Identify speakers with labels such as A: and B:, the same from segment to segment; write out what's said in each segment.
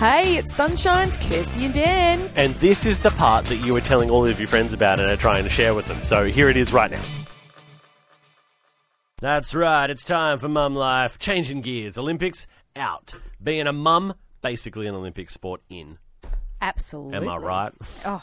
A: Hey, it's Sunshine's Kirsty and Dan.
B: And this is the part that you were telling all of your friends about and are trying to share with them. So here it is right now. That's right. It's time for mum life. Changing gears. Olympics out. Being a mum, basically an Olympic sport in.
C: Absolutely.
B: Am I right?
C: Oh,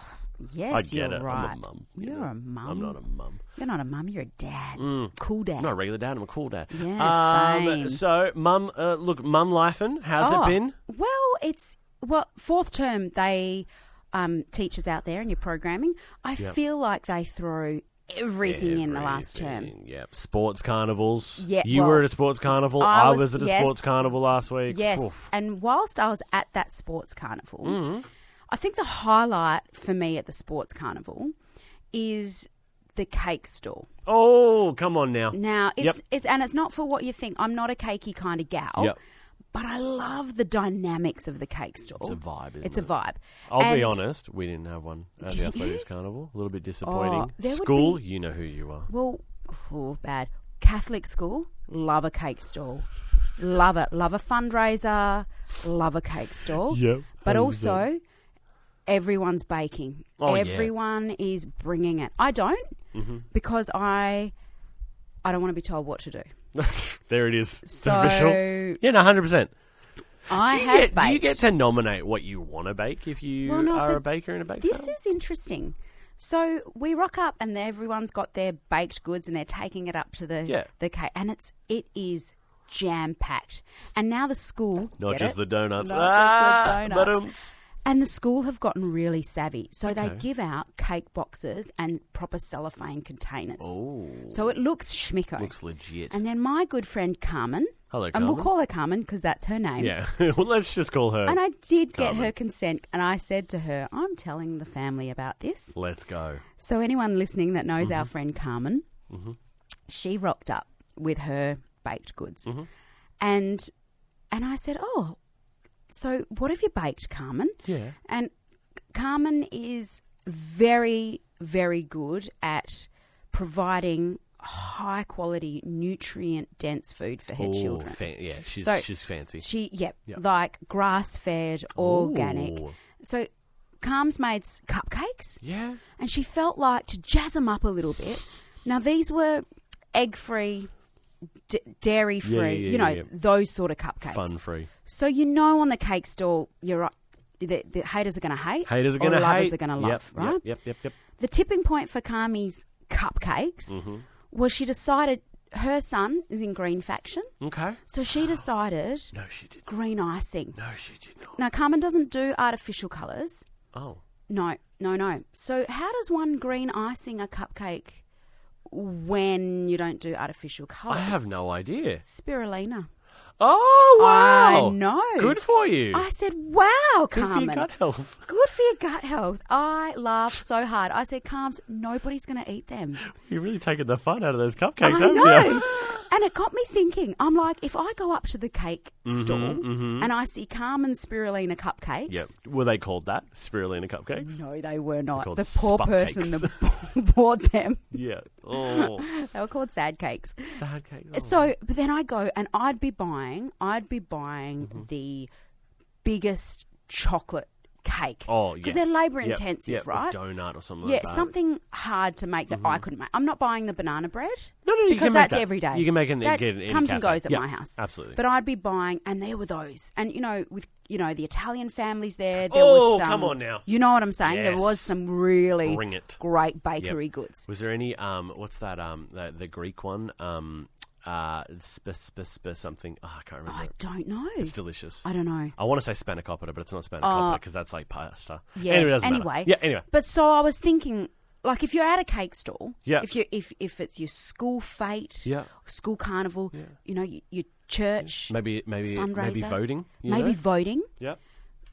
C: yes,
B: I get
C: you're
B: it.
C: right.
B: I'm a mum. you
C: You're
B: know.
C: a mum.
B: I'm not a Mm. mum.
C: You're not a mum. You're a dad. Cool dad.
B: I'm not a regular dad. I'm a cool dad. Um,
C: Yeah, same.
B: So, mum, uh, look, mum lifing. How's
C: Oh,
B: it been?
C: Well, it's well fourth term. They um, teachers out there in your programming. I feel like they throw everything, in the last term.
B: Everything. Yep. Sports carnivals.
C: Yeah,
B: You
C: well,
B: were at a sports carnival.
C: I
B: I was,
C: was-
B: at a
C: yes.
B: sports carnival last week.
C: Yes,
B: Oof.
C: and whilst I was at that sports carnival,
B: Mm-hmm.
C: I think the highlight for me at the sports carnival is the cake store.
B: Oh, come on now.
C: Now
B: Yep.
C: it's it's and it's not for what you think. I'm not a cakey kind of gal.
B: Yep.
C: But I love the dynamics of the cake store. It's
B: a vibe, isn't
C: it's a
B: it?
C: vibe.
B: I'll be
C: And-
B: honest, we didn't have one at
C: Did
B: the
C: you? Oh,
B: Athletics Carnival. A little bit disappointing.
C: there would
B: School,
C: be-
B: you know who you are.
C: Well, oh, bad. Catholic school, love a cake stall. Love it. Love a fundraiser. Love a cake stall.
B: Yep,
C: But
B: 100%.
C: also, everyone's baking.
B: Oh, yeah. Mm-hmm.
C: Everyone is bringing it. I don't because I I don't want to be told what to do.
B: there it is. It's
C: So-
B: official. Yeah, no, 100%.
C: I
B: Do you,
C: have
B: get, do you
C: baked.
B: get to nominate what you want to bake if you
C: Well, no,
B: are
C: so
B: a baker in a bake
C: This
B: sale?
C: is interesting. So we rock up and everyone's got their baked goods and they're taking it up to the
B: Yeah.
C: the cake and it's it is jam packed. And now the school
B: Not
C: get
B: just
C: it?
B: the donuts.
C: Not
B: ah,
C: just the donuts.
B: ba-dums.
C: And the school have gotten really savvy. So they give out cake boxes and proper cellophane containers. So it looks schmicko.
B: Looks legit.
C: and then my good friend Carmen.
B: Hello,
C: And we'll
B: Carmen.
C: call her Carmen because that's her name.
B: yeah, well, let's just call her.
C: And I did get
B: Carmen.
C: her consent and I said to her, I'm telling the family about this.
B: Let's go.
C: So anyone listening that knows
B: Mm-hmm.
C: our friend Carmen, she rocked up with her baked goods,
B: Mm-hmm.
C: and and I said, "Oh, so what have you baked, Carmen?"
B: Yeah.
C: And Carmen is very very good at providing high quality nutrient dense food for her
B: Oh,
C: children.
B: fan- yeah, she's
C: So-
B: she's fancy.
C: She, yep,
B: Yep.
C: like grass fed, organic.
B: Ooh.
C: So Carm's made s- cupcakes
B: Yeah.
C: and she felt like to jazz them up a little bit. Now these were egg free, d- dairy free,
B: Yeah, yeah, yeah,
C: you know
B: yeah, yeah.
C: those sort of cupcakes.
B: Fun free.
C: So you know, on the cake stall, you're right. The, the haters are going to hate.
B: Haters are
C: or
B: going to
C: lovers
B: hate.
C: are going to
B: Yep,
C: love, right?
B: Yep, yep, yep. yep.
C: The tipping point for Carmi's cupcakes
B: Mm-hmm.
C: was she decided her son is in green faction,
B: Okay.
C: so she decided
B: No, she did.
C: green icing.
B: No, she did not.
C: Now Carmen doesn't do artificial colours.
B: Oh.
C: No, no, no. So, how does one green icing a cupcake when you don't do artificial colours?
B: I have no idea.
C: Spirulina.
B: Oh wow!
C: I know.
B: Good for you.
C: I said, wow,
B: Good for
C: Carmen.
B: your gut health.
C: Good for your gut health. I laughed so hard. I said, Carms, nobody's going to eat them.
B: You're really taking the fun out of those cupcakes,
C: I
B: haven't
C: know.
B: you?
C: and it got me thinking. I'm like, if I go up to the cake
B: Mm-hmm,
C: stall and I see Carmen Spirulina cupcakes.
B: Yep. Were they called that spirulina cupcakes?
C: No, they were not.
B: called
C: The poor
B: spuff
C: person
B: cakes.
C: that bought them.
B: Yeah. Oh,
C: They were called sad cakes.
B: sad cakes. Oh.
C: So, but then I go and I'd be buying, I'd be buying
B: Mm-hmm.
C: the biggest chocolate cake.
B: Oh, yeah.
C: Because they're labour
B: Yep,
C: intensive,
B: yep, a
C: right?
B: donut or something.
C: Yeah,
B: like that.
C: something hard to make that I couldn't make. I'm not buying the banana bread.
B: Mm-hmm. No, no, you
C: because
B: can make
C: that's
B: that.
C: every day.
B: You can make an-
C: that
B: get it in a
C: comes and
B: cafe.
C: goes at
B: Yep,
C: my house.
B: absolutely.
C: But I'd be buying, and there were those, and you know, with you know the Italian families there. There
B: Oh,
C: was some,
B: come on now.
C: You know what I'm saying? There was
B: Yes.
C: some really
B: Bring it.
C: great
B: Yep.
C: bakery goods.
B: Was there any? Um, what's that? Um, the, the Greek one. Um, uh, sp- sp- sp- something. Oh, I can't remember.
C: I
B: it.
C: don't know.
B: It's delicious.
C: I don't know.
B: I want to say spanakopita, but it's not spanakopita because that's like pasta.
C: Oh. Yeah.
B: Anyway, it doesn't matter.
C: anyway.
B: Yeah. Anyway.
C: But so I was thinking, like, if you're at a cake stall,
B: Yeah.
C: If you if if it's your school fete,
B: Yeah.
C: School carnival, you know, y- your church,
B: Maybe. Maybe.
C: fundraiser,
B: Maybe voting. you
C: maybe
B: know?
C: voting.
B: Yeah.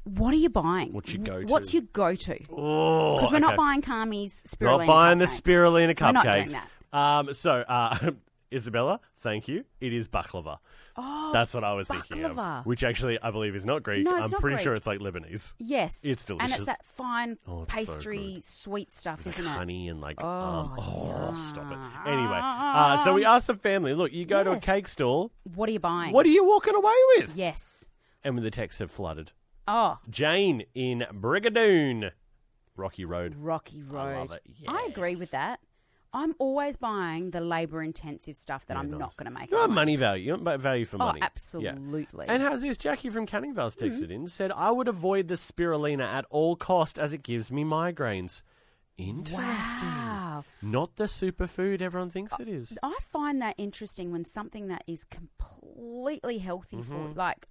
C: What are you buying?
B: What's your
C: W-
B: go-to?
C: What's your go to?
B: Oh.
C: Because we're not
B: okay.
C: buying Carmi's
B: Not
C: spirulina.
B: buying the
C: cupcakes.
B: spirulina
C: We're
B: cupcakes.
C: not doing that.
B: Um, so, uh, Isabella, thank you. It is baklava. Oh, that's what I was thinking
C: baklava.
B: of. Which actually, I believe, is not Greek.
C: No, it's
B: I'm
C: not
B: pretty
C: Greek.
B: sure it's like Lebanese.
C: Yes,
B: It's
C: and
B: delicious.
C: it's that fine
B: Oh, it's so
C: pastry, sweet stuff,
B: Like
C: isn't it?
B: honey and like, oh, um, oh stop it. Anyway, uh, so we asked the family, look, you go to a
C: Yes.
B: cake stall,
C: What are you buying?
B: what are you walking away with?
C: Yes,
B: And the texts have flooded.
C: Oh,
B: Jane in Brigadoon, Rocky Road.
C: Rocky Road.
B: love it.
C: I agree
B: Yes.
C: with that. I'm always buying the labor intensive stuff that I'm not going to make.
B: You want
C: online.
B: money value. You want ba- value for
C: Oh,
B: money. Yeah.
C: absolutely. Mm-hmm.
B: And how's this? Jackie from Canningvale's texted in said, I would avoid the spirulina at all cost as it gives me migraines. Interesting.
C: Wow.
B: Not the superfood everyone thinks it is.
C: I find that interesting when something that is completely healthy for like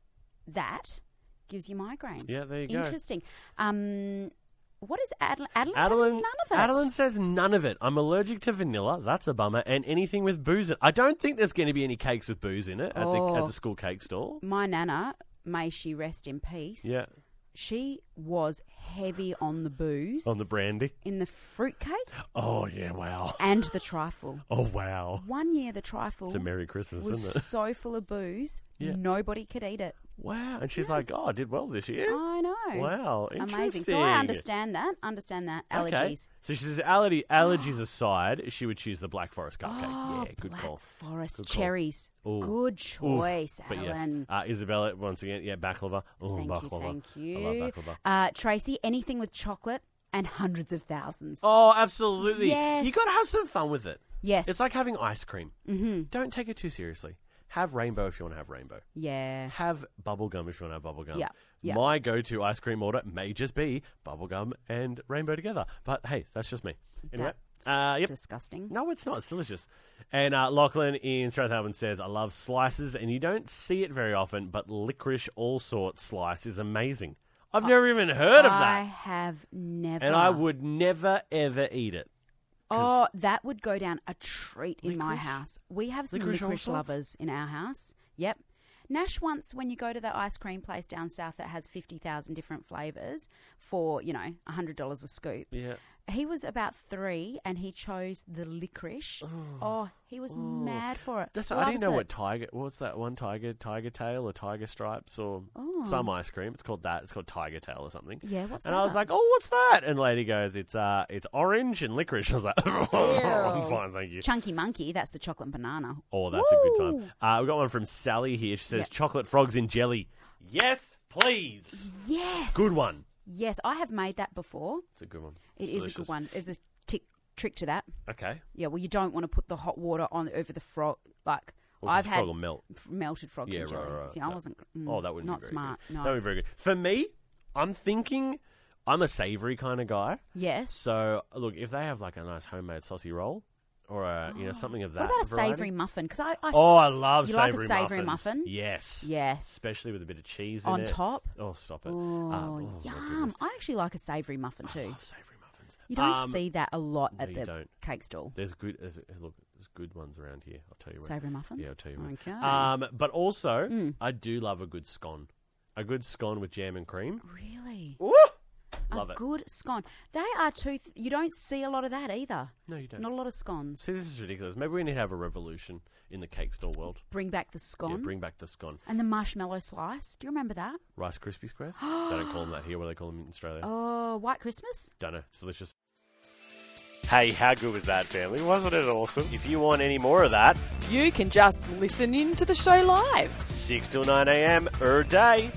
C: that gives you migraines.
B: Mm-hmm. Yeah, there you go.
C: interesting. Um, what is Adeline? Adeline's having
B: Adeline,
C: none of it.
B: Adeline says none of it. I'm allergic to vanilla. That's a bummer. And anything with booze in it. I don't think there's going to be any cakes with booze in it at, the, at
C: Oh.
B: the school cake store.
C: My nana, may she rest in peace.
B: Yeah.
C: She was heavy on the booze,
B: On the brandy.
C: in the fruitcake
B: Oh, yeah. Wow.
C: and the trifle.
B: Oh, wow.
C: One year the trifle
B: It's a Merry Christmas,
C: was
B: isn't it?
C: so full of booze,
B: Yeah.
C: nobody could eat it.
B: Wow. And she's like, oh, I did well this year.
C: I know.
B: Wow.
C: Amazing. So
B: interesting.
C: I understand that. Understand that. Allergies.
B: Okay. So she says allergy, allergies aside, she would choose the Black Forest cupcake.
C: Oh,
B: yeah, good
C: Black
B: call.
C: Forest
B: Good call.
C: cherries.
B: Ooh.
C: Good
B: Oof.
C: choice,
B: But yes,
C: Alan.
B: uh, Isabella, once again, yeah, baklava. Oh,
C: Thank you,
B: baklava.
C: thank you.
B: I love baklava.
C: Uh, Tracy, anything with chocolate and hundreds of thousands.
B: Oh, absolutely.
C: Yes.
B: you got to have some fun with it.
C: yes.
B: It's like having ice cream. Mm-hmm. Don't take it too seriously. Have rainbow if you want to have rainbow.
C: yeah.
B: Have bubblegum if you want to have bubblegum.
C: Yeah, yeah.
B: My go to ice cream order may just be bubblegum and rainbow together. But hey, that's just me. Anyway.
C: That's
B: Uh, yep.
C: disgusting.
B: No, it's not. It's delicious. And uh, Lachlan in Strathalbyn says, I love slices, and you don't see it very often, but licorice all sorts slice is amazing. I've never even heard of
C: Oh, I
B: that.
C: have never.
B: And I would never, ever eat it.
C: Oh, that would go down a treat in my
B: Licorice?
C: house. We have some
B: Licorice
C: licorice,
B: all sorts?
C: lovers in our house. Yep. Nash once, when you go to the ice cream place down south that has 50,000 different flavours for, you know, $100 a scoop,
B: Yeah.
C: he was about three and he chose the licorice. Oh, he was mad for it.
B: That's, I didn't
C: Loves
B: know
C: it.
B: what tiger, what's that one tiger, tiger tail or tiger stripes or some ice cream. It's called that. It's called tiger tail or something.
C: Oh. Yeah, what's
B: and I was
C: that?
B: like, oh, what's that? And lady goes, it's uh, it's orange and licorice. I was like, "Oh, I'm fine, thank you.
C: Chunky Monkey, that's the chocolate banana.
B: Oh, that's a good
C: Woo!
B: time. Uh, we got one from Sally here. She says,
C: Yeah.
B: "Chocolate frogs in jelly." Yes, please.
C: Yes.
B: Good one.
C: Yes, I have made that before.
B: It's a good one.
C: It is a good one. There's a tick, trick to that.
B: Okay.
C: Yeah, well, you don't want to put the hot water on over the frog. Like
B: Or
C: I've
B: just
C: had
B: frog will melt.
C: f- melted frogs
B: Yeah,
C: in
B: right,
C: jelly.
B: right, right.
C: See, I
B: That-
C: wasn't. mm,
B: oh, that wouldn't
C: not
B: be very
C: smart.
B: Good.
C: No.
B: That would be very good for me. I'm thinking I'm a savoury kind of guy.
C: yes.
B: So look, if they have like a nice homemade saucy roll or a, you know something of that.
C: what about a
B: variety-
C: savoury muffin? Because I, I
B: Oh, I love
C: You like a
B: savoury
C: savoury
B: muffins.
C: muffin?
B: Yes.
C: yes,
B: Especially with a bit of cheese in
C: on
B: it.
C: top.
B: Oh, stop it.
C: Oh,
B: Uh, my goodness.
C: yum! I actually like a savoury muffin
B: I
C: too.
B: love savoury muffins.
C: You don't
B: Um,
C: see that a lot
B: no,
C: at
B: you
C: the
B: don't.
C: cake stall.
B: There's good. There's, look, there's good ones around here. I'll tell you. Where.
C: Savoury muffins.
B: Yeah, I'll tell you. Where.
C: Okay. Hmm.
B: Um, but also, I do love a good scone. A good scone with jam and cream.
C: really,
B: Ooh! Love
C: a
B: it.
C: good scone. They are two. Th- you don't see a lot of that either.
B: No, you don't.
C: Not a lot of scones.
B: See, this is ridiculous. Maybe we need to have a revolution in the cake store world.
C: Bring back the
B: Yeah,
C: scone
B: bring back the scone.
C: and the marshmallow slice. Do you remember that?
B: Rice Krispie squares. they don't call them that here. What do they call them in Australia?
C: Oh, White Christmas.
B: Don't know. It's delicious. Hey, how good was that, family? Wasn't it awesome? If you want any more of that,
A: You can just listen in to the show live.
B: 6 till 9 a.m. er day.